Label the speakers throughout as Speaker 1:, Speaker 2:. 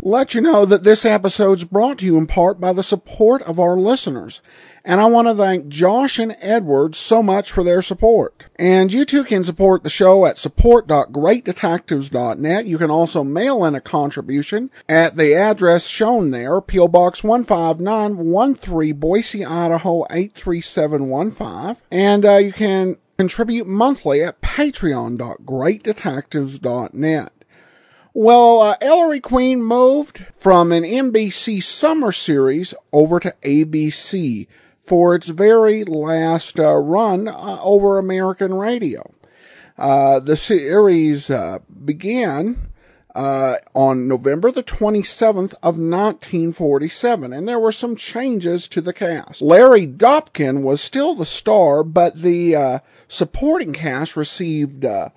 Speaker 1: let you know that this episode's brought to you in part by the support of our listeners. And I want to thank Josh and Edward so much for their support. And you too can support the show at support.greatdetectives.net. You can also mail in a contribution at the address shown there, P.O. Box 15913, Boise, Idaho 83715. And uh, you can contribute monthly at patreon.greatdetectives.net. Well, uh, Ellery Queen moved from an NBC summer series over to ABC for its very last uh, run uh, over American radio. Uh, the series uh, began uh, on November the 27th of 1947, and there were some changes to the cast. Larry Dopkin was still the star, but the uh, supporting cast received uh,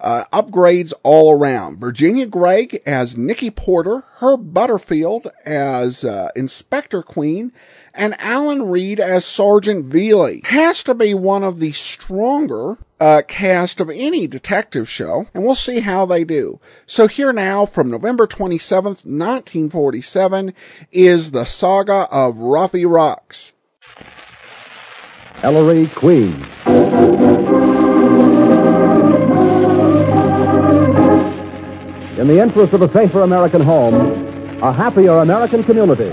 Speaker 1: uh, upgrades all around. Virginia Gregg as Nikki Porter, Herb Butterfield as uh, Inspector Queen, and Alan Reed as Sergeant Veely. Has to be one of the stronger uh, cast of any detective show, and we'll see how they do. So here now, from November 27th, 1947, is the saga of Ruffy Rocks.
Speaker 2: Ellery Queen. In the interest of a safer American home, a happier American community,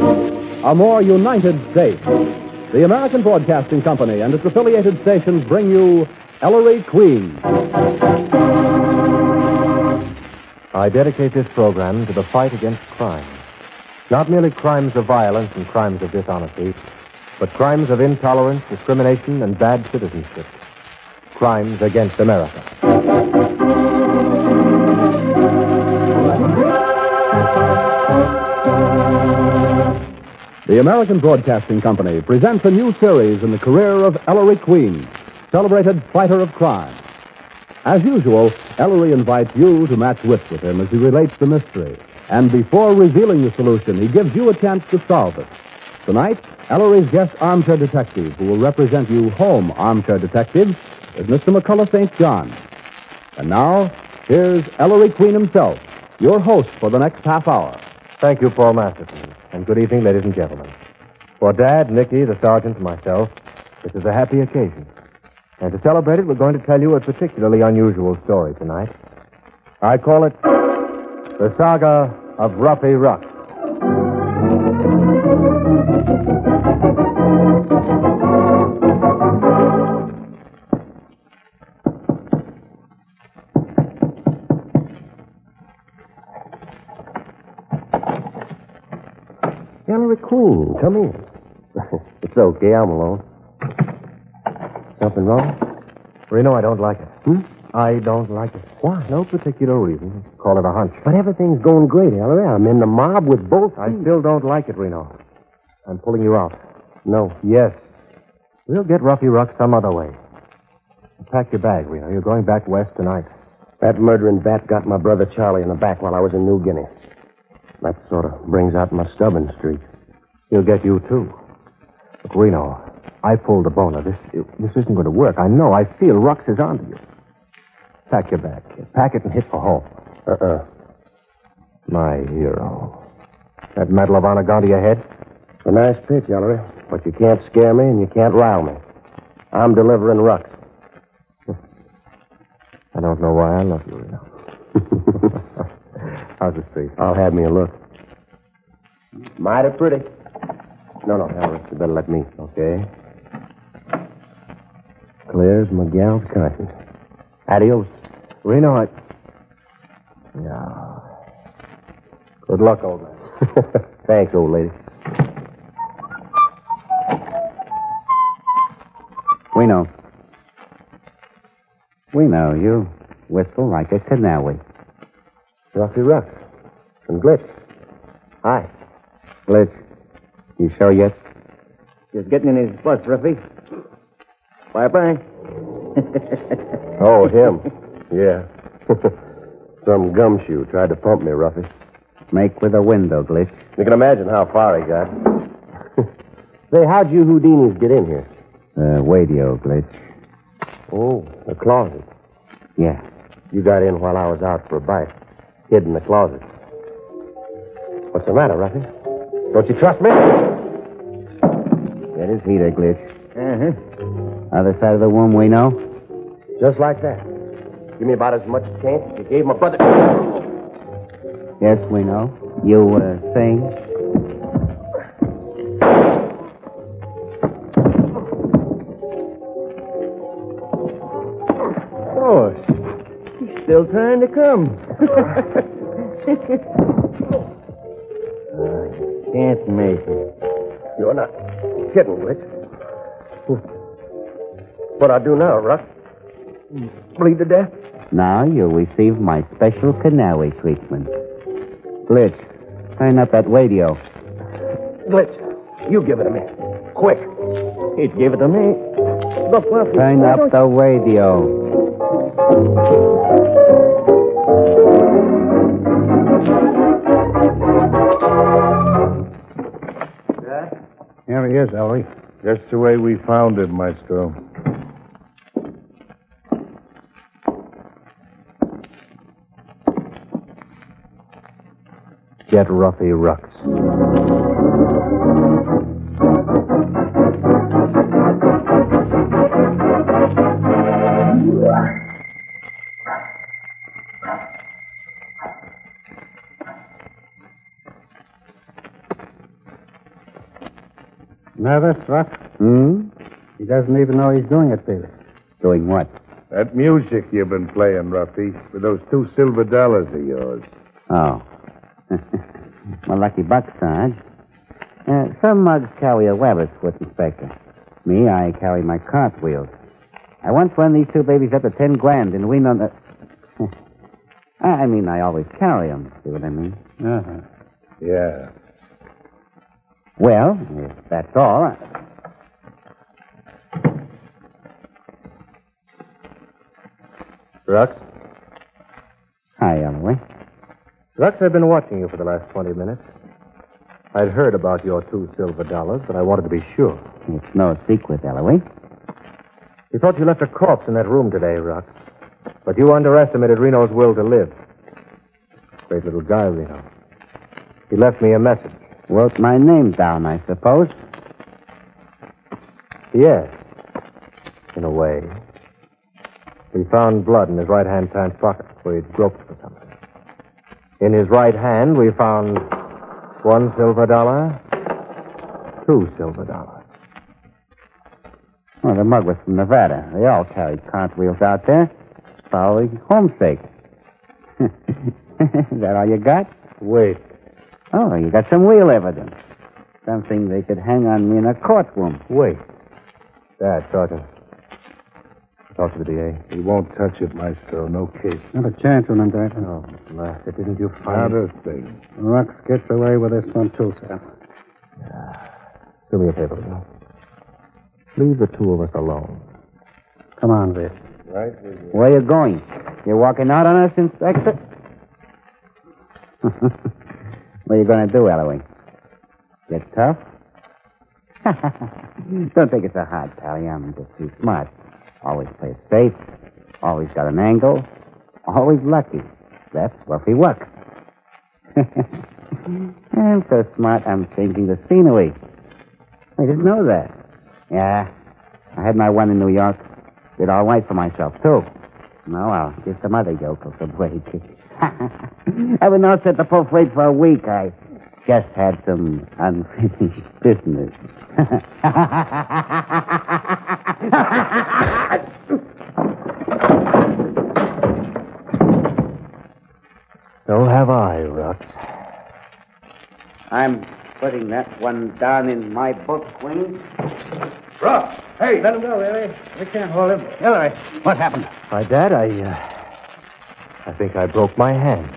Speaker 2: a more united state, the American Broadcasting Company and its affiliated stations bring you Ellery Queen.
Speaker 3: I dedicate this program to the fight against crime. Not merely crimes of violence and crimes of dishonesty, but crimes of intolerance, discrimination, and bad citizenship. Crimes against America.
Speaker 2: The American Broadcasting Company presents a new series in the career of Ellery Queen, celebrated fighter of crime. As usual, Ellery invites you to match wits with him as he relates the mystery. And before revealing the solution, he gives you a chance to solve it. Tonight, Ellery's guest armchair detective, who will represent you home armchair detectives, is Mr. McCullough St. John. And now, here's Ellery Queen himself, your host for the next half hour.
Speaker 3: Thank you, Paul Masterson, and good evening, ladies and gentlemen. For Dad, Nicky, the sergeant, and myself, this is a happy occasion. And to celebrate it, we're going to tell you a particularly unusual story tonight. I call it The Saga of Ruffy Ruck. Ellery Queen, come in. it's okay, I'm alone. Something wrong? Reno, I don't like it. Hmm? I don't like it. Why? No particular reason. Call it a hunch. But everything's going great, Ellery. I'm in the mob with both. I still don't like it, Reno. I'm pulling you out. No. Yes. We'll get Ruffy Ruck some other way. Pack your bag, Reno. You're going back west tonight.
Speaker 4: That murdering bat got my brother Charlie in the back while I was in New Guinea. That sort of brings out my stubborn streak.
Speaker 3: He'll get you too. Look, Reno, I pulled a boner. This this isn't going to work. I know. I feel Rux is onto you. Pack your bag, kid. Pack it and hit for home.
Speaker 4: Uh-uh.
Speaker 3: My hero. That Medal of Honor gone to your head?
Speaker 4: A nice pitch, Ellery. But you can't scare me and you can't rile me. I'm delivering rucks.
Speaker 3: I don't know why I love you, Reno. How's the street?
Speaker 4: I'll have me a look. Mighty pretty. No, no, Ellery, you better let me. Okay. Clears my gal's conscience. Adios.
Speaker 3: Reno, I. Yeah. Good luck, old man.
Speaker 4: Thanks, old lady.
Speaker 5: Wino. Wino, you whistle like a canary.
Speaker 4: Rocky Ruck. From Glitch. Hi.
Speaker 5: Glitch. You sure yet?
Speaker 3: He's getting in his bus, Ruffy. Bye bye.
Speaker 6: Oh, him. yeah. Some gumshoe tried to pump me, Ruffy.
Speaker 5: Make with a window glitch.
Speaker 6: You can imagine how far he got.
Speaker 3: Say, how'd you Houdinis get in here?
Speaker 5: Uh, radio glitch.
Speaker 3: Oh, the closet.
Speaker 5: Yeah.
Speaker 3: You got in while I was out for a bite. Hid in the closet. What's the matter, Ruffy? Don't you trust me?
Speaker 5: That is heater glitch.
Speaker 3: Uh-huh.
Speaker 5: Other side of the room, we know.
Speaker 3: Just like that. Give me about as much chance as you gave my brother.
Speaker 5: Yes, we know. You were uh, saying?
Speaker 3: Oh, he's still trying to come. can't make it.
Speaker 6: You're not kidding, Glitch. What I do now, Ruff? Bleed to death?
Speaker 5: Now you receive my special canary treatment. Glitch, turn up that radio.
Speaker 6: Glitch, you give it to me. Quick.
Speaker 3: He gave it to me. Look, Ruffy.
Speaker 5: Turn
Speaker 3: why
Speaker 5: up
Speaker 3: don't
Speaker 5: the radio.
Speaker 7: Here he is, Ellery. Just the way we found him, Maestro.
Speaker 8: Get Ruffy Rux.
Speaker 7: Nervous, Ruck?
Speaker 5: Hmm?
Speaker 7: He doesn't even know he's doing it, Felix.
Speaker 5: Doing what?
Speaker 7: That music you've been playing, Ruffy, with those two silver dollars of yours.
Speaker 5: Oh. well, lucky buck, Sarge. Uh, some mugs carry a rabbit's foot, Inspector. Me, I carry my cartwheels. I once run these two babies up to ten grand, and we know that. I I mean, I always carry 'em. See what I mean?
Speaker 7: Uh-huh. Yeah.
Speaker 5: Well, if that's all. I...
Speaker 6: Rux?
Speaker 5: Hi, Ellery.
Speaker 3: Rux, I've been watching you for the last 20 minutes. I'd heard about your two silver dollars, but I wanted to be sure.
Speaker 5: It's no secret, Ellery.
Speaker 3: You thought you left a corpse in that room today, Rux. But you underestimated Reno's will to live. Great little guy, Reno. He left me a message.
Speaker 5: Wrote my name down, I suppose.
Speaker 3: Yes. In a way. He found blood in his right hand pants pocket where he'd groped for something. In his right hand, we found one silver dollar, two silver dollars.
Speaker 5: Well, the mug was from Nevada. They all carried cartwheels out there. Probably homesick. Is that all you got?
Speaker 3: Wait.
Speaker 5: Oh, you got some real evidence. Something they could hang on me in a courtroom.
Speaker 3: Wait. Dad, Sergeant. Talk to the DA.
Speaker 7: He won't touch it, Maestro. No case.
Speaker 9: Not a chance on him, Director.
Speaker 3: Oh, Master, didn't you
Speaker 7: Not
Speaker 3: find it?
Speaker 7: a thing.
Speaker 9: Rux gets away with this one, too, sir.
Speaker 3: Do me a favor, Bill. Leave the two of us alone.
Speaker 9: Come on, Vic.
Speaker 7: Right with you.
Speaker 5: Where you going? You're walking out on us, Inspector? what are you going to do, Ellery? Get tough? Don't think it's a hard pally. I'm just too smart. Always play it safe. Always got an angle. Always lucky. That's Ruffy Wuck. I'm so smart, I'm changing the scenery. I didn't know that. Yeah, I had my one in New York. Did all right for myself, too. No, I'll give some other yokels a break. Haven't now set the post rate for a week. I just had some unfinished business.
Speaker 3: So have I, Rux.
Speaker 5: I'm putting that one down in my book, Queen.
Speaker 7: Ruff! Hey!
Speaker 3: Let him go, Larry. We can't hold him.
Speaker 9: Hillary, what happened?
Speaker 3: My dad, I, uh, I think I broke my hand.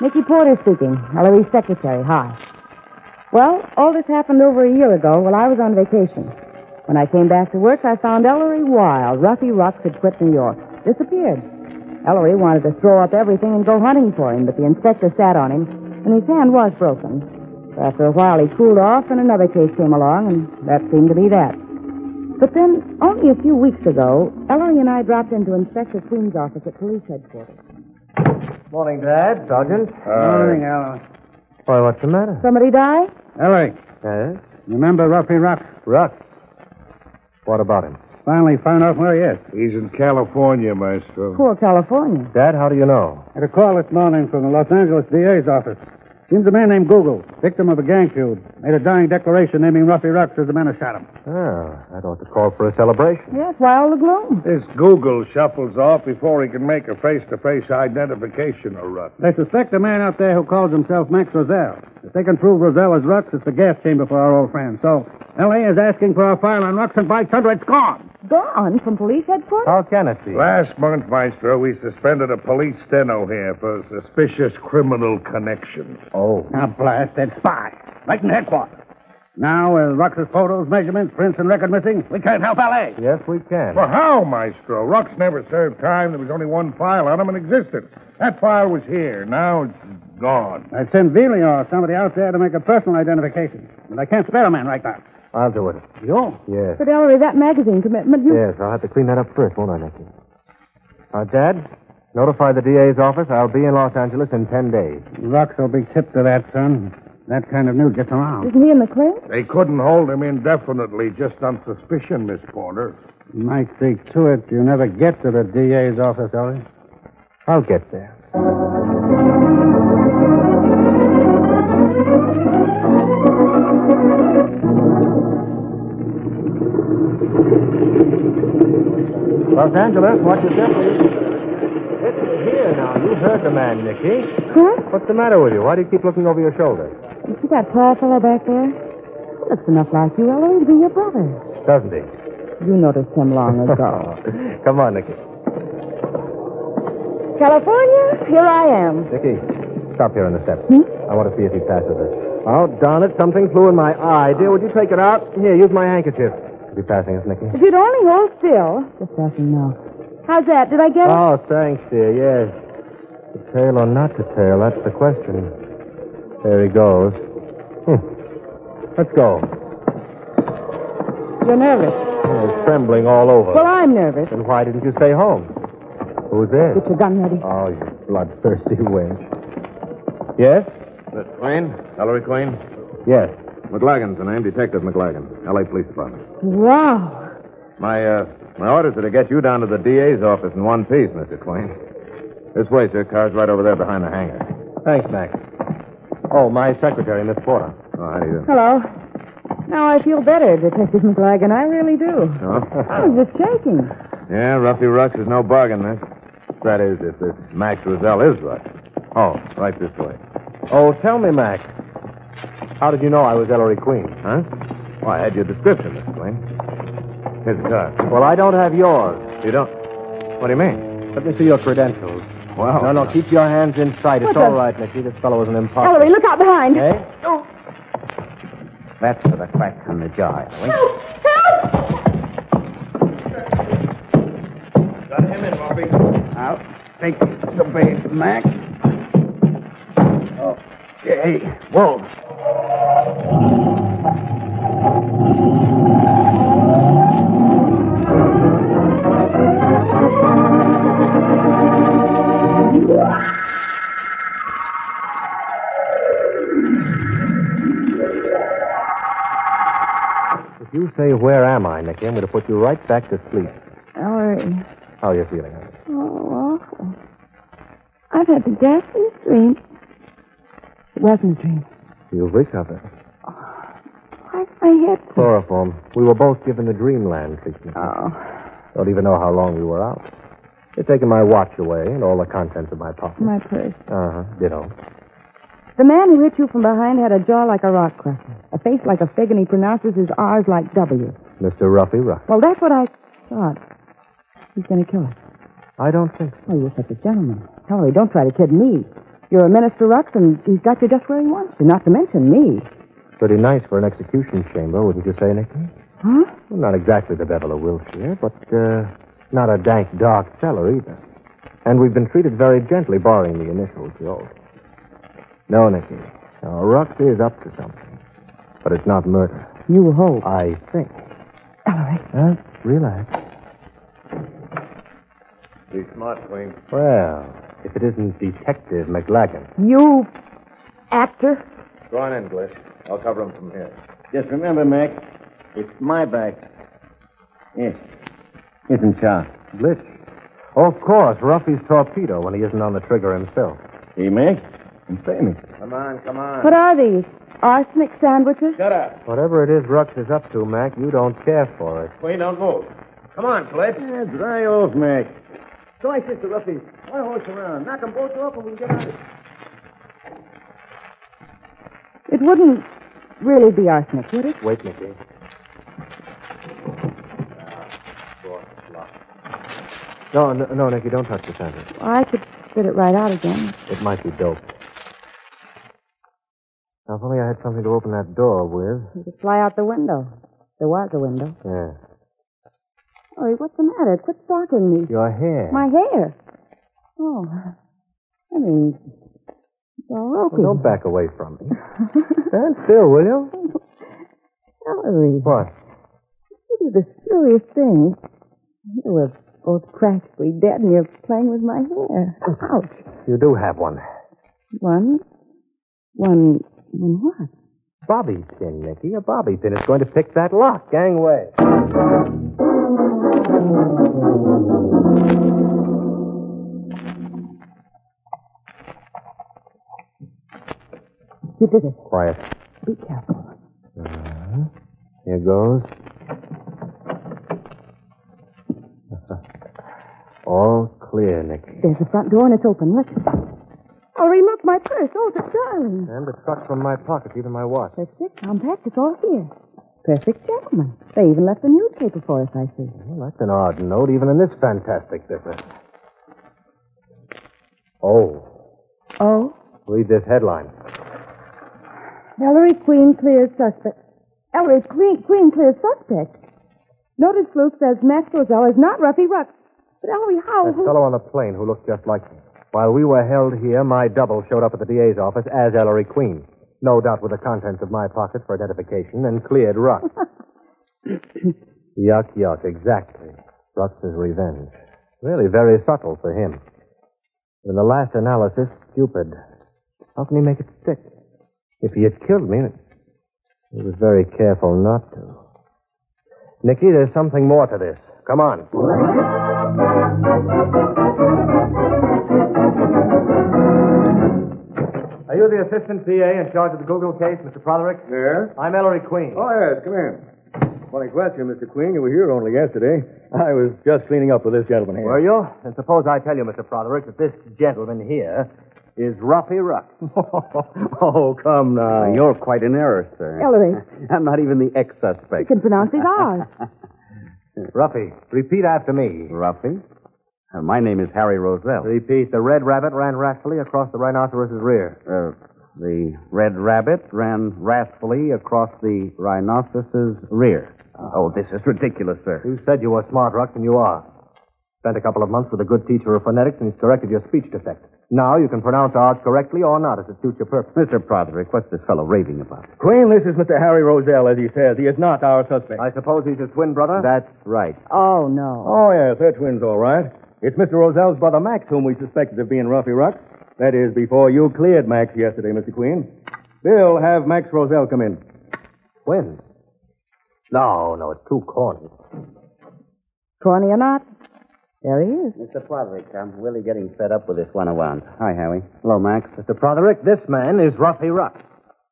Speaker 10: Nicky Porter speaking, Ellery's secretary. Hi. Well, all this happened over a year ago while I was on vacation. When I came back to work, I found Ellery Wild. Ruffy Rocks had quit New York, disappeared. Ellery wanted to throw up everything and go hunting for him, but the inspector sat on him, and his hand was broken. After a while, he cooled off, and another case came along, and that seemed to be that. But then, only a few weeks ago, Ellery and I dropped into Inspector Queen's office at police headquarters.
Speaker 3: Morning, Dad. Sergeant.
Speaker 9: Morning, Ellery.
Speaker 3: Why, what's the matter?
Speaker 10: Somebody die?
Speaker 9: Ellery,
Speaker 3: Yes?
Speaker 9: remember Ruffy Rock?
Speaker 3: Ruck. What about him?
Speaker 9: Finally found out where he is.
Speaker 7: He's in California, Maestro.
Speaker 10: Poor California.
Speaker 3: Dad, how do you know?
Speaker 9: Had a call this morning from the Los Angeles DA's office. Seems a man named Google, victim of a gang feud, made a dying declaration naming Ruffy Rocks as the man who shot him.
Speaker 3: Ah, that ought to call for a celebration.
Speaker 10: Yes, why all the gloom?
Speaker 7: This Google shuffles off before he can make a face to face identification of Ruck.
Speaker 9: They suspect a man out there who calls himself Max Roselle. If they can prove Roselle is Rux, it's the gas chamber for our old friend. So, L.A. is asking for a file on Rux, and by thunder, it's gone.
Speaker 10: Gone from police headquarters?
Speaker 3: How can it be?
Speaker 7: Last month, Maestro, we suspended a police steno here for suspicious criminal connections.
Speaker 3: Oh.
Speaker 9: Now, blast that spy. Right in headquarters. Now, with Rux's photos, measurements, prints, and record missing, we can't help L.A.
Speaker 3: Yes, we can.
Speaker 7: Well, how, Maestro? Ruck's never served time. There was only one file on him in existence. That file was here. Now it's gone.
Speaker 9: I'd send Veely or somebody out there to make a personal identification. But I can't spare a man like that.
Speaker 3: I'll do it.
Speaker 9: You?
Speaker 3: Yes.
Speaker 10: But Ellery, that magazine commitment, you...
Speaker 3: Yes, I'll have to clean that up first, won't I, Nicky? Uh, Dad, notify the DA's office. I'll be in Los Angeles in ten days.
Speaker 9: Rux will be tipped to that, son. That kind of news gets around.
Speaker 10: Isn't he in the clear?
Speaker 7: They couldn't hold him indefinitely just on suspicion, Miss Porter.
Speaker 9: Might see to it you never get to the DA's office, Ellie.
Speaker 3: I'll get there. Los Angeles, watch your step, please. It's here now. You heard the man, Nicky.
Speaker 10: Huh?
Speaker 3: What's the matter with you? Why do you keep looking over your shoulder?
Speaker 10: You see that tall fellow back there? He looks enough like you, Ellery, to be your brother.
Speaker 3: Doesn't he?
Speaker 10: You noticed him long ago.
Speaker 3: Come on, Nicky.
Speaker 10: California, here I am.
Speaker 3: Nicky, stop here on the steps.
Speaker 10: Hmm?
Speaker 3: I want to see if he passes us. Oh, darn it, something flew in my eye. Dear, would you take it out? Here, use my handkerchief. Could be passing us, Nicky.
Speaker 10: If you'd only hold still. Just let him know. How's that? Did I get it?
Speaker 3: Oh, thanks, dear, yes. To tail or not to tail, that's the question. There he goes. Hmm. Let's go.
Speaker 10: You're nervous.
Speaker 3: Oh, he's trembling all over.
Speaker 10: Well, I'm nervous.
Speaker 3: Then why didn't you stay home? Who's this?
Speaker 10: Get your gun ready.
Speaker 3: Oh, you bloodthirsty wench. Yes?
Speaker 6: Queen? Ellery Queen?
Speaker 3: Yes.
Speaker 6: McLagan's the name. Detective McLagan, L.A. Police Department.
Speaker 10: Wow.
Speaker 6: My, uh, my orders are to get you down to the DA's office in one piece, Mr. Queen. This way, sir. Car's right over there behind the hangar.
Speaker 3: Thanks, Max. Oh, my secretary, Miss Porter.
Speaker 6: Oh, how do you do?
Speaker 10: Hello. Now I feel better, Detective McLagan. I really do. I
Speaker 6: Huh?
Speaker 10: was just shaking.
Speaker 6: yeah, Ruffy Rux is no bargain, miss. That is, if this Max Roselle is Rux. Oh, right this way.
Speaker 3: Oh, tell me, Mac. How did you know I was Ellery Queen?
Speaker 6: Huh? Well, I had your description, Mr. Queen. Here's the car.
Speaker 3: Well, I don't have yours.
Speaker 6: You don't. What do you mean?
Speaker 3: Let me see your credentials.
Speaker 6: Well,
Speaker 3: no, no, keep your hands in sight. It's
Speaker 10: What
Speaker 3: all
Speaker 10: the-
Speaker 3: right, Nicky. This fellow is an imposter.
Speaker 10: Ellery, look out behind.
Speaker 3: Eh?
Speaker 5: That's for the crack on the jaw, Ellery.
Speaker 9: I'll take the bait, Mac. Okay. Whoa.
Speaker 3: If you say, where am I, Nicky, I'm going to put you right back to sleep.
Speaker 10: Ellery.
Speaker 3: How are you feeling?
Speaker 10: Oh, awful. I've had the ghastliest dream. It wasn't a dream.
Speaker 3: You've recovered.
Speaker 10: I, I had.
Speaker 3: Chloroform. We were both given the dreamland treatment.
Speaker 10: Oh,
Speaker 3: Don't even know how long we were out. They've taken my watch away and all the contents of my pocket.
Speaker 10: my purse.
Speaker 3: Uh-huh, ditto.
Speaker 10: The man who hit you from behind had a jaw like a rock cracker, a face like a fig, and he pronounces his R's like W.
Speaker 3: Mr. Ruffy Ruff.
Speaker 10: Well, that's what I thought. He's going to kill us.
Speaker 3: I don't think so.
Speaker 10: Oh, you're such a gentleman. Ellery, don't try to kid me. You're a minister, Rux, and he's got you just where he wants you, not to mention me.
Speaker 3: Pretty nice for an execution chamber, wouldn't you say, Nicky?
Speaker 10: Huh?
Speaker 3: Well, not exactly the devil of Wiltshire, but uh, not a dank, dark cellar either. And we've been treated very gently, barring the initial jolt. No, Nicky. Now, Rux is up to something. But it's not murder.
Speaker 10: You hope.
Speaker 3: I think.
Speaker 10: Ellery.
Speaker 3: Huh? Relax.
Speaker 6: Be smart, Queen.
Speaker 3: Well, if it isn't Detective McLagan.
Speaker 10: You actor?
Speaker 6: Go on in, Gliss. I'll cover him from here.
Speaker 5: Just remember, Mac, it's my back. Yes. Isn't John?
Speaker 3: Glitch. Of course, Ruffy's torpedo when he isn't on the trigger himself.
Speaker 5: He, Mac? And pay me.
Speaker 6: Come on, come on.
Speaker 10: What are these? Arsenic sandwiches?
Speaker 6: Shut up.
Speaker 3: Whatever it is Rux is up to, Mac, you don't care for it.
Speaker 6: Queen, don't move. Come on, Cliff.
Speaker 9: Uh,
Speaker 5: Yeah, dry off, Mac.
Speaker 6: So I says to Ruffy, why horse around? Knock them both off and we can get out of here.
Speaker 10: It wouldn't really be arsenic, would it?
Speaker 3: Wait, Nicky. No, no, no, Nicky, don't touch the center.
Speaker 10: I could spit it right out again.
Speaker 3: It might be dope. Now, if only I had something to open that door with.
Speaker 10: You could fly out the window. There was a window.
Speaker 3: Yeah.
Speaker 10: Ellery, what's the matter? Quit stalking me.
Speaker 3: Your hair.
Speaker 10: My hair. Oh, I mean, it's all
Speaker 3: Well,
Speaker 10: open.
Speaker 3: don't back away from me. Stand still, will you?
Speaker 10: Ellery,
Speaker 3: What?
Speaker 10: you do this serious thing. You were both practically dead, and you're playing with my hair. Ouch.
Speaker 3: You do have one.
Speaker 10: One, one, one what?
Speaker 3: Bobby pin, Nicky. A bobby pin is going to pick that lock. Gangway.
Speaker 10: You did it.
Speaker 3: Quiet.
Speaker 10: Be careful.
Speaker 3: Here goes. All clear, Nicky.
Speaker 10: There's the front door, and it's open. Listen. Ellery, look, my purse. Oh, it's darling.
Speaker 3: And it struck from my pocket, even my watch.
Speaker 10: That's it. Compact. It's all here. Perfect gentleman. They even left the newspaper for us, I see.
Speaker 3: Well, that's an odd note, even in this fantastic business. Oh,
Speaker 10: Oh?
Speaker 3: read this headline.
Speaker 10: Ellery Queen clears suspect. Ellery Queen, Queen clears suspect. Noted sleuth says Max Roselle is not Ruffy Rux. But Ellery, how?
Speaker 3: That fellow on the plane who looked just like me. While we were held here, my double showed up at the DA's office as Ellery Queen. No doubt with the contents of my pocket for identification and cleared Rux. yuck, yuck, exactly. Rux's revenge. Really very subtle for him. In the last analysis, stupid. How can he make it stick? If he had killed me, he was very careful not to. Nicky, there's something more to this. Come on.
Speaker 6: Are you the assistant PA in charge of the Google case, Mr. Protherick? Yeah.
Speaker 3: I'm Ellery Queen.
Speaker 6: Oh, yes, come in. Funny question, Mr. Queen. You were here only yesterday. I was just cleaning up with this gentleman here.
Speaker 3: Were you? And suppose I tell you, Mr. Protherick, that this gentleman here is Ruffy Ruck.
Speaker 6: oh, come now.
Speaker 5: Uh, You're quite in error, sir.
Speaker 10: Ellery,
Speaker 5: I'm not even the
Speaker 10: you
Speaker 5: ex-suspect.
Speaker 10: can pronounce his R's.
Speaker 3: Ruffy, repeat after me.
Speaker 5: Ruffy? Uh, my name is Harry Roselle.
Speaker 3: Repeat. The red rabbit ran wrathfully across the rhinoceros's rear.
Speaker 5: Uh, the red rabbit ran wrathfully across the rhinoceros's rear. Oh, this is ridiculous, sir.
Speaker 3: You said you were smart, Ruck, and you are. Spent a couple of months with a good teacher of phonetics, and he's corrected your speech defect. Now you can pronounce ours correctly or not, as it suits your purpose.
Speaker 5: Mr. Protherick, what's this fellow raving about?
Speaker 6: Queen, this is Mr. Harry Roselle, as he says. He is not our suspect.
Speaker 3: I suppose he's his twin brother?
Speaker 5: That's right.
Speaker 10: Oh, no.
Speaker 6: Oh, yes, they're twins, all right. It's Mr. Roselle's brother, Max, whom we suspected of being Ruffy Rux. That is, before you cleared Max yesterday, Mr. Queen. Bill, have Max Roselle come in.
Speaker 3: twin. No, no, it's too corny.
Speaker 10: Corny or not, there he is.
Speaker 5: Mr. Protherick, I'm really getting fed up with this runaround. Hi, Harry. Hello, Max.
Speaker 3: Mr. Protherick, this man is Ruffy Ruck.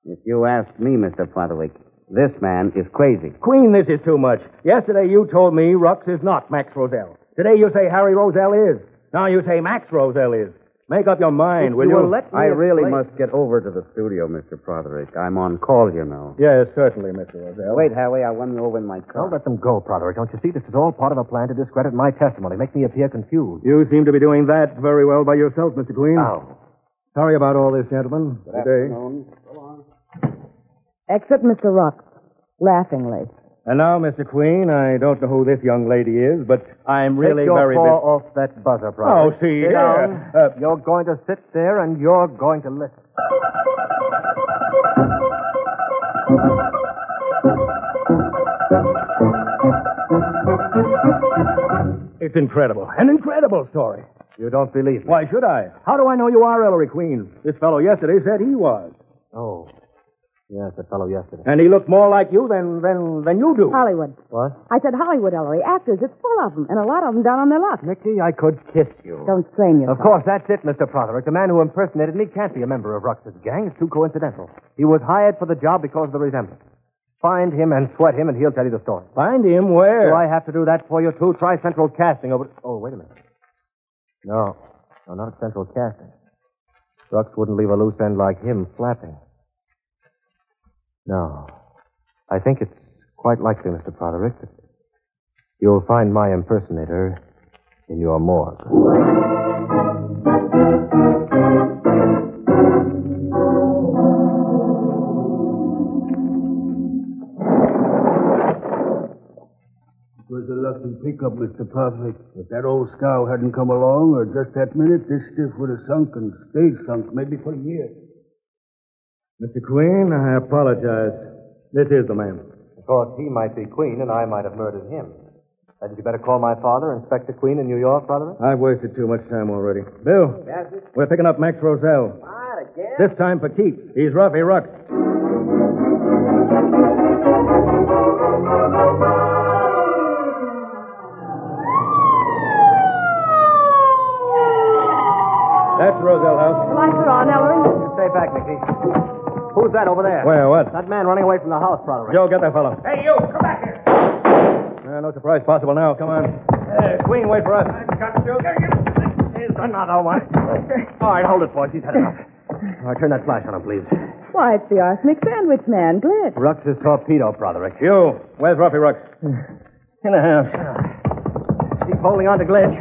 Speaker 5: If you ask me, Mr. Protherick, this man is crazy.
Speaker 3: Queen, this is too much. Yesterday you told me Rux is not Max Roselle. Today you say Harry Roselle is. Now you say Max Roselle is. Make up your mind, will you?
Speaker 5: I really must get over to the studio, Mr. Protherick. I'm on call, you know.
Speaker 6: Yes, certainly, Mr. Roselle.
Speaker 5: Wait, Harry, I won you over in my
Speaker 3: Don't
Speaker 5: car.
Speaker 3: let them go, Protherick. Don't you see? This is all part of a plan to discredit my testimony, make me appear confused.
Speaker 6: You seem to be doing that very well by yourself, Mr. Queen.
Speaker 3: Now,
Speaker 6: Sorry about all this, gentlemen. Good
Speaker 10: Except Mr. Rux, laughingly.
Speaker 6: And now, Mr. Queen, I don't know who this young lady is, but I'm really
Speaker 3: Take your
Speaker 6: very.
Speaker 3: paw off that buzzer, brother.
Speaker 6: Oh, see
Speaker 3: Sit
Speaker 6: here.
Speaker 3: down.
Speaker 6: Uh,
Speaker 3: you're going to sit there and you're going to listen.
Speaker 6: It's incredible. An incredible story.
Speaker 3: You don't believe me.
Speaker 6: Why should I? How do I know you are Ellery Queen? This fellow yesterday said he was.
Speaker 3: Oh. Yes, the fellow yesterday.
Speaker 6: And he looked more like you than than than you do.
Speaker 10: Hollywood.
Speaker 3: What?
Speaker 10: I said Hollywood, Ellery. Actors, it's full of them, and a lot of them down on their luck.
Speaker 3: Nicky, I could kiss you.
Speaker 10: Don't strain yourself.
Speaker 3: Of course, that's it, Mr. Protherick. The man who impersonated me can't be a member of Rux's gang. It's too coincidental. He was hired for the job because of the resemblance. Find him and sweat him, and he'll tell you the story.
Speaker 6: Find him where?
Speaker 3: Do I have to do that for you, too? Try Central Casting over... Oh, wait a minute. No. No, not Central Casting. Rux wouldn't leave a loose end like him flapping. No. I think it's quite likely, Mr. Protherick, that you'll find my impersonator in your morgue.
Speaker 9: It was a lucky pickup, Mr. Perfect. If that old scow hadn't come along, or just that minute, this stiff would have sunk and stayed sunk, maybe for years.
Speaker 6: Mr. Queen, I apologize. This is the man.
Speaker 3: Of course, he might be queen, and I might have murdered him. Hadn't you better call my father, Inspector Queen in New York, brother?
Speaker 6: I've wasted too much time already. Bill, we're picking up Max Roselle. This time for keeps. He's rough, he rucks. That's Roselle House.
Speaker 10: Lights are on, Ellery.
Speaker 3: Stay back, Nicky. Who's that over there?
Speaker 6: Where, what?
Speaker 3: That man running away from the house, brother.
Speaker 6: Joe, get that fellow. Hey, you, come back here. no surprise possible now. Come on. Uh, Queen, wait for us.
Speaker 3: All right, hold it, boys. He's had enough. All right, turn that flash on him, please.
Speaker 10: Why, it's the arsenic sandwich man, Glitch.
Speaker 3: Rux's torpedo, Broderick.
Speaker 6: You, where's Ruffy Rucks?
Speaker 3: In the house. Keep holding on to Glitch.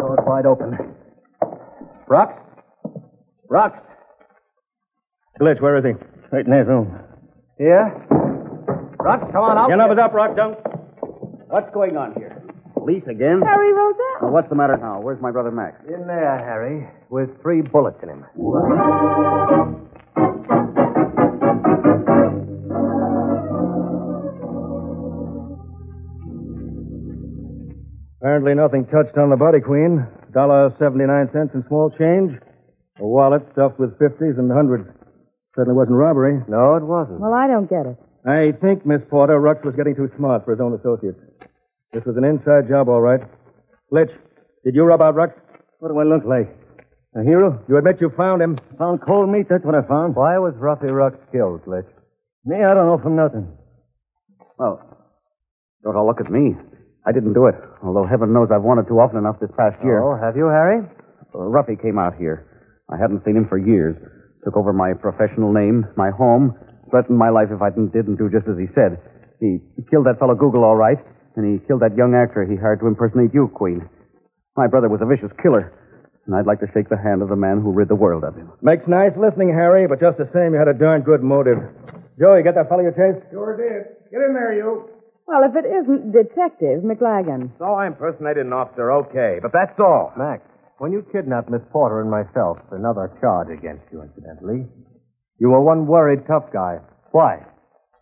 Speaker 3: Door's wide open. Rux? Rux?
Speaker 6: Glitch, where is he? Right in his room.
Speaker 3: Here? Rux, come on out.
Speaker 6: Your number's up, Rock. Don't.
Speaker 5: What's going on here? Police again?
Speaker 10: Harry Roselle.
Speaker 5: Now, what's the matter now? Where's my brother Max?
Speaker 3: In there, Harry, with three bullets in him.
Speaker 6: Apparently nothing touched on the body, Queen. Dollar seventy-nine cents in small change. A wallet stuffed with fifties and hundreds. Certainly wasn't robbery.
Speaker 3: No, it wasn't.
Speaker 10: Well, I don't get it.
Speaker 6: I think, Miss Porter, Rux was getting too smart for his own associates. This was an inside job, all right. Glitch, did you rub out Rux? What do I look like? A hero? You admit you found him. Found cold meat, that's what I found.
Speaker 3: Why was Ruffy Rux killed, Glitch?
Speaker 6: Me, I don't know from nothing.
Speaker 5: Well, don't all look at me. I didn't do it, although heaven knows I've wanted to often enough this past year.
Speaker 3: Oh, have you, Harry?
Speaker 5: Uh, Ruffy came out here. I hadn't seen him for years. Took over my professional name, my home, threatened my life if I didn't, didn't do just as he said. He killed that fellow Google, all right, and he killed that young actor he hired to impersonate you, Queen. My brother was a vicious killer, and I'd like to shake the hand of the man who rid the world of him.
Speaker 6: Makes nice listening, Harry, but just the same, you had a darn good motive. Joe, you got that fellow you chased?
Speaker 11: Sure did. Get in there, you.
Speaker 10: Well, if it isn't Detective McLagan.
Speaker 3: So I impersonated an officer, okay, but that's all. Max, when you kidnapped Miss Porter and myself, another charge against you, incidentally. You were one worried tough guy. Why?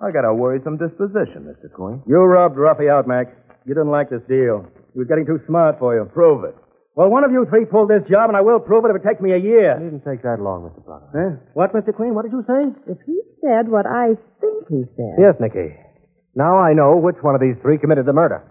Speaker 3: I got a worrisome disposition, Mr. Queen.
Speaker 6: You robbed Ruffy out, Mac. You didn't like this deal. He was getting too smart for you.
Speaker 3: Prove it.
Speaker 6: Well, one of you three pulled this job, and I will prove it if it takes me a
Speaker 3: It
Speaker 6: year.
Speaker 3: didn't take that long, Mr. Brother.
Speaker 6: Huh? What, Mr. Queen? What did you say?
Speaker 10: If he said what I think he said.
Speaker 3: Yes, Nicky. Now I know which one of these three committed the murder.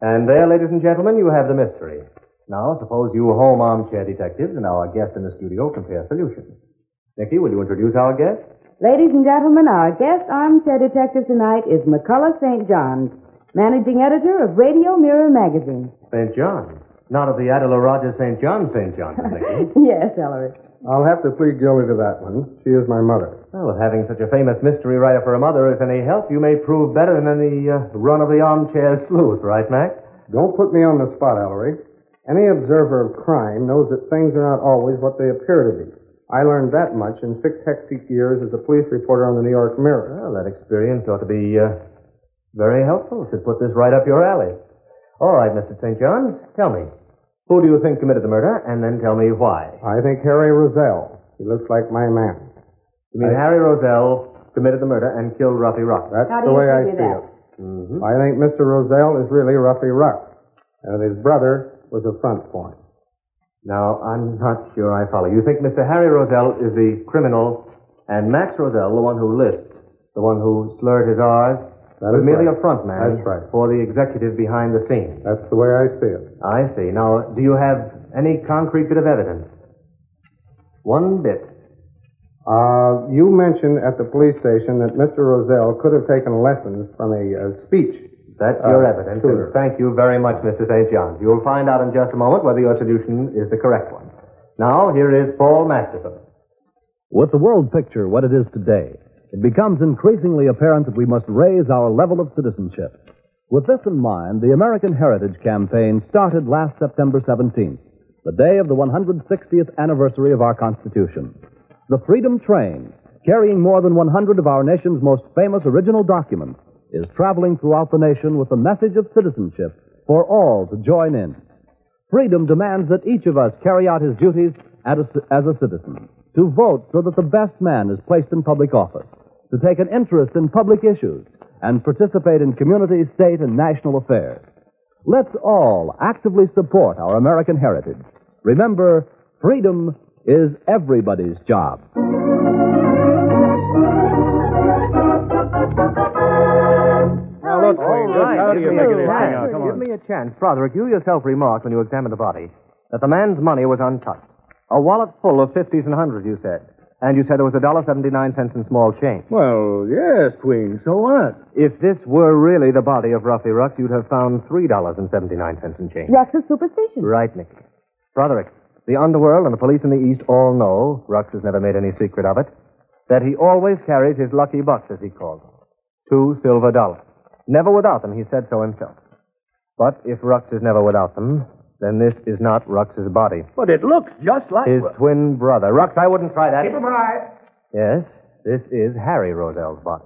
Speaker 3: And there, ladies and gentlemen, you have the mystery. Now, suppose you home armchair detectives and our guest in the studio compare solutions. Nicky, will you introduce our guest?
Speaker 10: Ladies and gentlemen, our guest armchair detective tonight is McCullough St. John, managing editor of Radio Mirror magazine.
Speaker 3: St. John. Not of the Adela Rogers St. John St. John, Nicky.
Speaker 10: yes, Ellery.
Speaker 6: I'll have to plead guilty to that one. She is my mother.
Speaker 3: Well, if having such a famous mystery writer for a mother is any help, you may prove better than any uh, run of the armchair sleuth, right, Mac?
Speaker 6: Don't put me on the spot, Ellery. Any observer of crime knows that things are not always what they appear to be. I learned that much in six hectic years as a police reporter on the New York Mirror.
Speaker 3: Well, that experience ought to be uh, very helpful. Should put this right up your alley. All right, Mr. St. John's, tell me, who do you think committed the murder, and then tell me why?
Speaker 6: I think Harry Roselle. He looks like my man.
Speaker 3: You mean Harry Roselle committed the murder and killed Ruffy Rock?
Speaker 6: That's
Speaker 10: How do
Speaker 6: the
Speaker 10: you
Speaker 6: way I
Speaker 10: figure
Speaker 6: see
Speaker 10: that?
Speaker 6: it. Mm-hmm. I think Mr. Roselle is really Ruffy Ruck, and his brother was a front for him.
Speaker 3: Now, I'm not sure I follow. You think Mr. Harry Roselle is the criminal, and Max Roselle, the one who lisped, the one who slurred his R's,
Speaker 6: That
Speaker 3: was
Speaker 6: is
Speaker 3: merely
Speaker 6: right.
Speaker 3: a front man
Speaker 6: That's right.
Speaker 3: for the executive behind the scenes.
Speaker 6: That's the way I see it.
Speaker 3: I see. Now, do you have any concrete bit of evidence? One bit.
Speaker 6: Uh, you mentioned at the police station that Mr. Roselle could have taken lessons from a uh, speech.
Speaker 3: That's your
Speaker 6: Uh,
Speaker 3: evidence.
Speaker 6: sure.
Speaker 3: and Thank you very much, Mr. St. John's. You'll find out in just a moment whether your solution is the correct one. Now, here is Paul Masterson.
Speaker 8: With the world picture what it is today, it becomes increasingly apparent that we must raise our level of citizenship. With this in mind, the American Heritage Campaign started last September 17th, the day of the 160th anniversary of our Constitution. The Freedom Train, carrying more than 100 of our nation's most famous original documents, is traveling throughout the nation with the message of citizenship for all to join in. Freedom demands that each of us carry out his duties as a, as a citizen, to vote so that the best man is placed in public office, to take an interest in public issues, and participate in community, state, and national affairs. Let's all actively support our American heritage. Remember, freedom is everybody's job.
Speaker 3: Now, look,
Speaker 7: All right,
Speaker 3: how do
Speaker 7: give
Speaker 3: you
Speaker 7: me
Speaker 3: make
Speaker 7: a
Speaker 3: it a
Speaker 7: chance.
Speaker 3: chance?
Speaker 7: Come
Speaker 3: Give
Speaker 7: on.
Speaker 3: me a chance. Broderick, you yourself remarked when you examined the body that the man's money was untouched. A wallet full of 50s and 100s, you said. And you said there was $1.79 in small change.
Speaker 7: Well, yes, Queen. So what?
Speaker 3: If this were really the body of Ruffy Rux, you'd have found $3.79 in change.
Speaker 10: Rux's superstition.
Speaker 3: Right, Nick. Broderick, the underworld and the police in the East all know, Rux has never made any secret of it, that he always carries his lucky bucks, as he calls them. Two silver dollars. Never without them, he said so himself. But if Rux is never without them, then this is not Rux's body.
Speaker 7: But it looks just like.
Speaker 3: His twin brother. Rux, I wouldn't try that.
Speaker 7: Keep 'em high.
Speaker 3: Yes, this is Harry Roselle's body.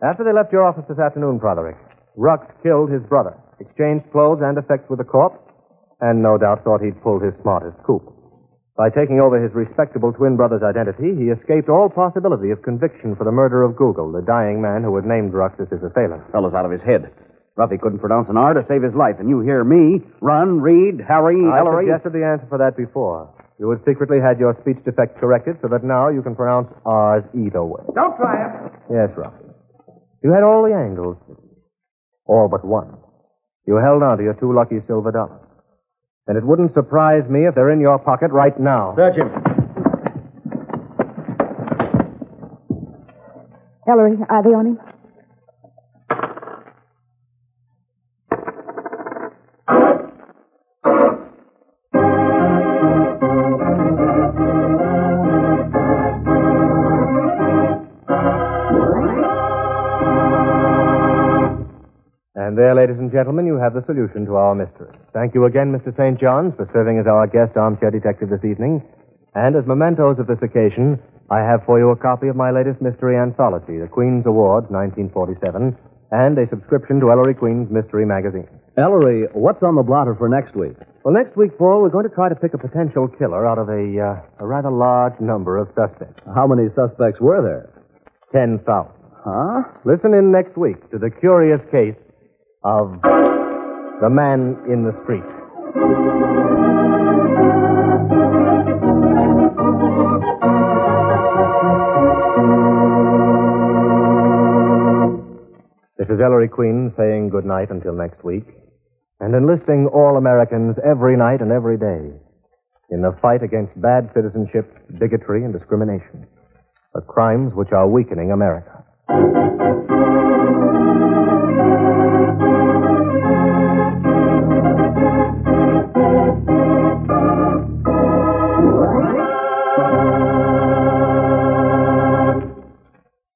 Speaker 3: After they left your office this afternoon, Broderick, Rux killed his brother, exchanged clothes and effects with the corpse, and no doubt thought he'd pulled his smartest coup. By taking over his respectable twin brother's identity, he escaped all possibility of conviction for the murder of Google, the dying man who had named Rux as his assailant.
Speaker 5: Fellow's out of his head. Ruffy couldn't pronounce an R to save his life, and you hear me. Run, Reed, Harry,
Speaker 3: I
Speaker 5: Ellery.
Speaker 3: suggested the answer for that before. You had secretly had your speech defect corrected so that now you can pronounce R's either way.
Speaker 7: Don't try it.
Speaker 3: Yes, Rocky. You had all the angles. All but one. You held on to your two lucky silver dollars. And it wouldn't surprise me if they're in your pocket right now.
Speaker 7: Search him.
Speaker 10: Ellery, are they on him?
Speaker 3: And there, ladies and gentlemen, you have the solution to our mystery. Thank you again, Mr. St. John's, for serving as our guest armchair detective this evening. And as mementos of this occasion, I have for you a copy of my latest mystery anthology, The Queen's Awards, 1947, and a subscription to Ellery Queen's Mystery Magazine.
Speaker 8: Ellery, what's on the blotter for next week?
Speaker 3: Well, next week, Paul, we're going to try to pick a potential killer out of a, uh, a rather large number of suspects.
Speaker 8: How many suspects were there?
Speaker 3: 10,000.
Speaker 8: Huh?
Speaker 3: Listen in next week to the curious case of the man in the street. This is Ellery Queen saying good night until next week and enlisting all Americans every night and every day in the fight against bad citizenship, bigotry, and discrimination, the crimes which are weakening America.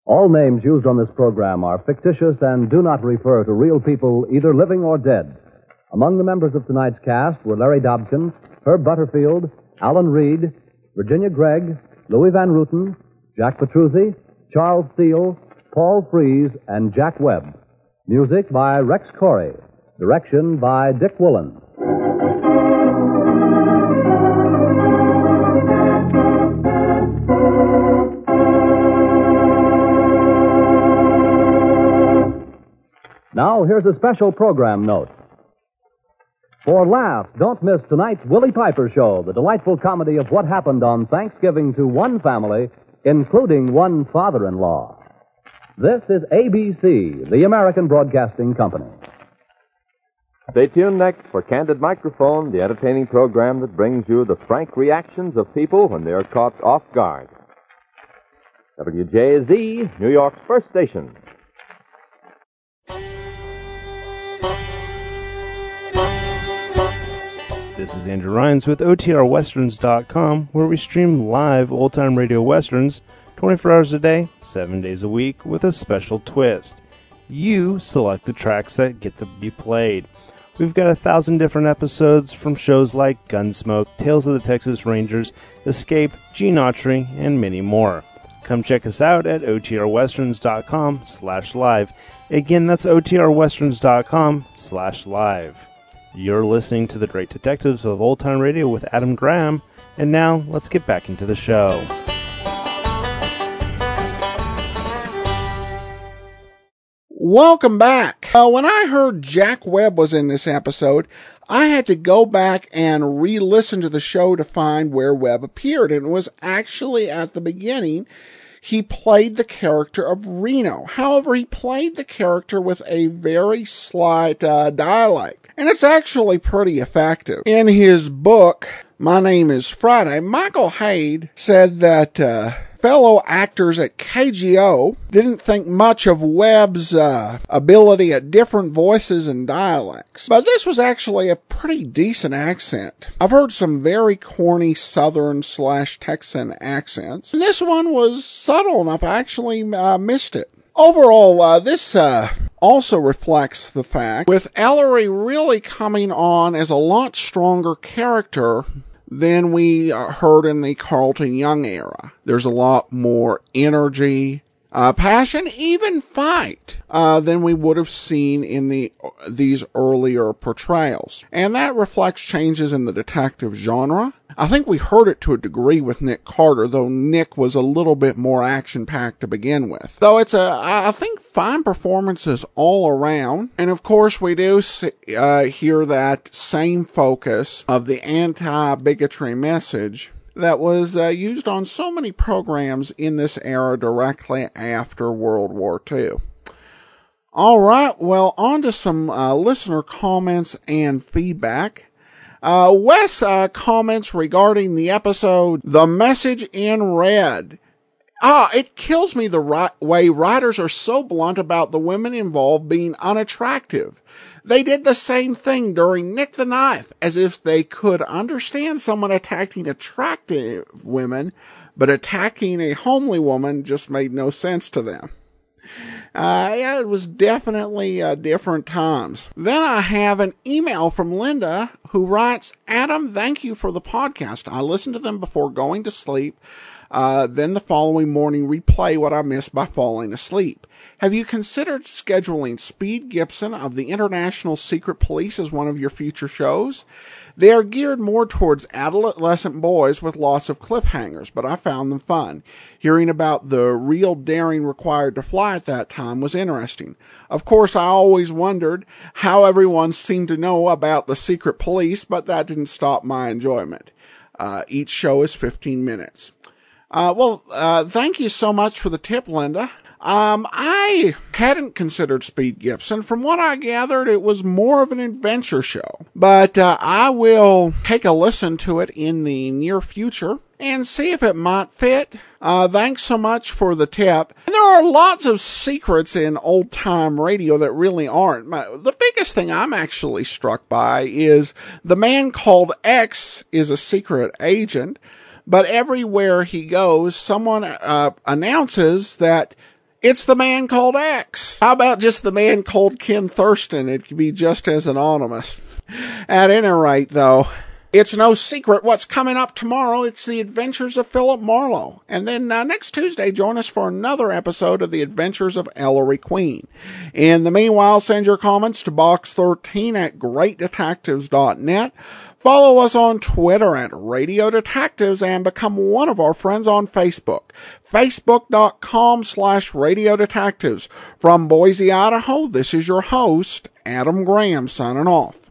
Speaker 8: All names used on this program are fictitious and do not refer to real people, either living or dead. Among the members of tonight's cast were Larry Dobkin, Herb Butterfield, Alan Reed, Virginia Gregg, Louis Van Ruten, Jack Petruzzi, Charles Steele, Paul Fries, and Jack Webb. Music by Rex Corey. Direction by Dick Woolen. Now, here's a special program note. For laughs, don't miss tonight's Willie Piper Show, the delightful comedy of what happened on Thanksgiving to one family, including one father in law. This is ABC, the American Broadcasting Company.
Speaker 4: Stay tuned next for Candid Microphone, the entertaining program that brings you the frank reactions of people when they are caught off guard. WJZ, New York's first station.
Speaker 12: This is Andrew Rhines with OTRWesterns.com, where we stream live old time radio westerns 24 hours a day, 7 days a week, with a special twist. You select the tracks that get to be played. We've got a thousand different episodes from shows like Gunsmoke, Tales of the Texas Rangers, Escape, Gene Autry, and many more. Come check us out at OTRWesterns.com slash live. Again, that's OTRWesterns.com slash live. You're listening to The Great Detectives of Old Time Radio with Adam Graham, and now let's get back into the show.
Speaker 1: Welcome back. Uh, when I heard Jack Webb was in this episode, I had to go back and re listen to the show to find where Webb appeared. And it was actually at the beginning. He played the character of Reno. However, he played the character with a very slight uh, dialect. And it's actually pretty effective. In his book, My Name is Friday, Michael Haid said that uh, fellow actors at KGO didn't think much of Webb's uh, ability at different voices and dialects. But this was actually a pretty decent accent. I've heard some very corny Southern slash Texan accents. And this one was subtle enough, I actually uh, missed it. Overall, uh, this uh, also reflects the fact with Ellery really coming on as a lot stronger character than we uh, heard in the Carlton Young era. There's a lot more energy, uh, passion, even fight uh, than we would have seen in the these earlier portrayals, and that reflects changes in the detective genre. I think we heard it to a degree with Nick Carter, though Nick was a little bit more action packed to begin with. Though it's a, I I think, fine performances all around. And of course, we do see, uh, hear that same focus of the anti bigotry message that was uh, used on so many programs in this era directly after World War II. All right, well, on to some uh, listener comments and feedback. Uh, Wes uh, comments regarding the episode The Message in Red. Ah, it kills me the right way writers are so blunt about the women involved being unattractive. They did the same thing during Nick the Knife, as if they could understand someone attacking attractive women, but attacking a homely woman just made no sense to them. Uh, yeah, it was definitely uh, different times. Then I have an email from Linda who writes, Adam, thank you for the podcast. I listened to them before going to sleep. Uh, then the following morning, replay what I missed by falling asleep. Have you considered scheduling Speed Gibson of the International Secret Police as one of your future shows? They are geared more towards adolescent boys with lots of cliffhangers, but I found them fun. Hearing about the real daring required to fly at that time was interesting. Of course, I always wondered how everyone seemed to know about the secret police, but that didn't stop my enjoyment. Uh, each show is 15 minutes. Uh, well, uh, thank you so much for the tip, Linda. Um, I hadn't considered Speed Gibson. From what I gathered, it was more of an adventure show. But uh, I will take a listen to it in the near future and see if it might fit. Uh, thanks so much for the tip. And there are lots of secrets in old time radio that really aren't. My, the biggest thing I'm actually struck by is the man called X is a secret agent. But everywhere he goes, someone uh, announces that It's the man called Axe. How about just the man called Ken Thurston? It could be just as anonymous. At any rate, though, it's no secret what's coming up tomorrow. It's the adventures of Philip Marlowe. And then uh, next Tuesday, join us for another episode of the adventures of Ellery Queen. In the meanwhile, send your comments to box13 at greatdetectives.net. Follow us on Twitter at Radio Detectives and become one of our friends on Facebook. Facebook.com slash Radio Detectives. From Boise, Idaho, this is your host, Adam Graham, signing off.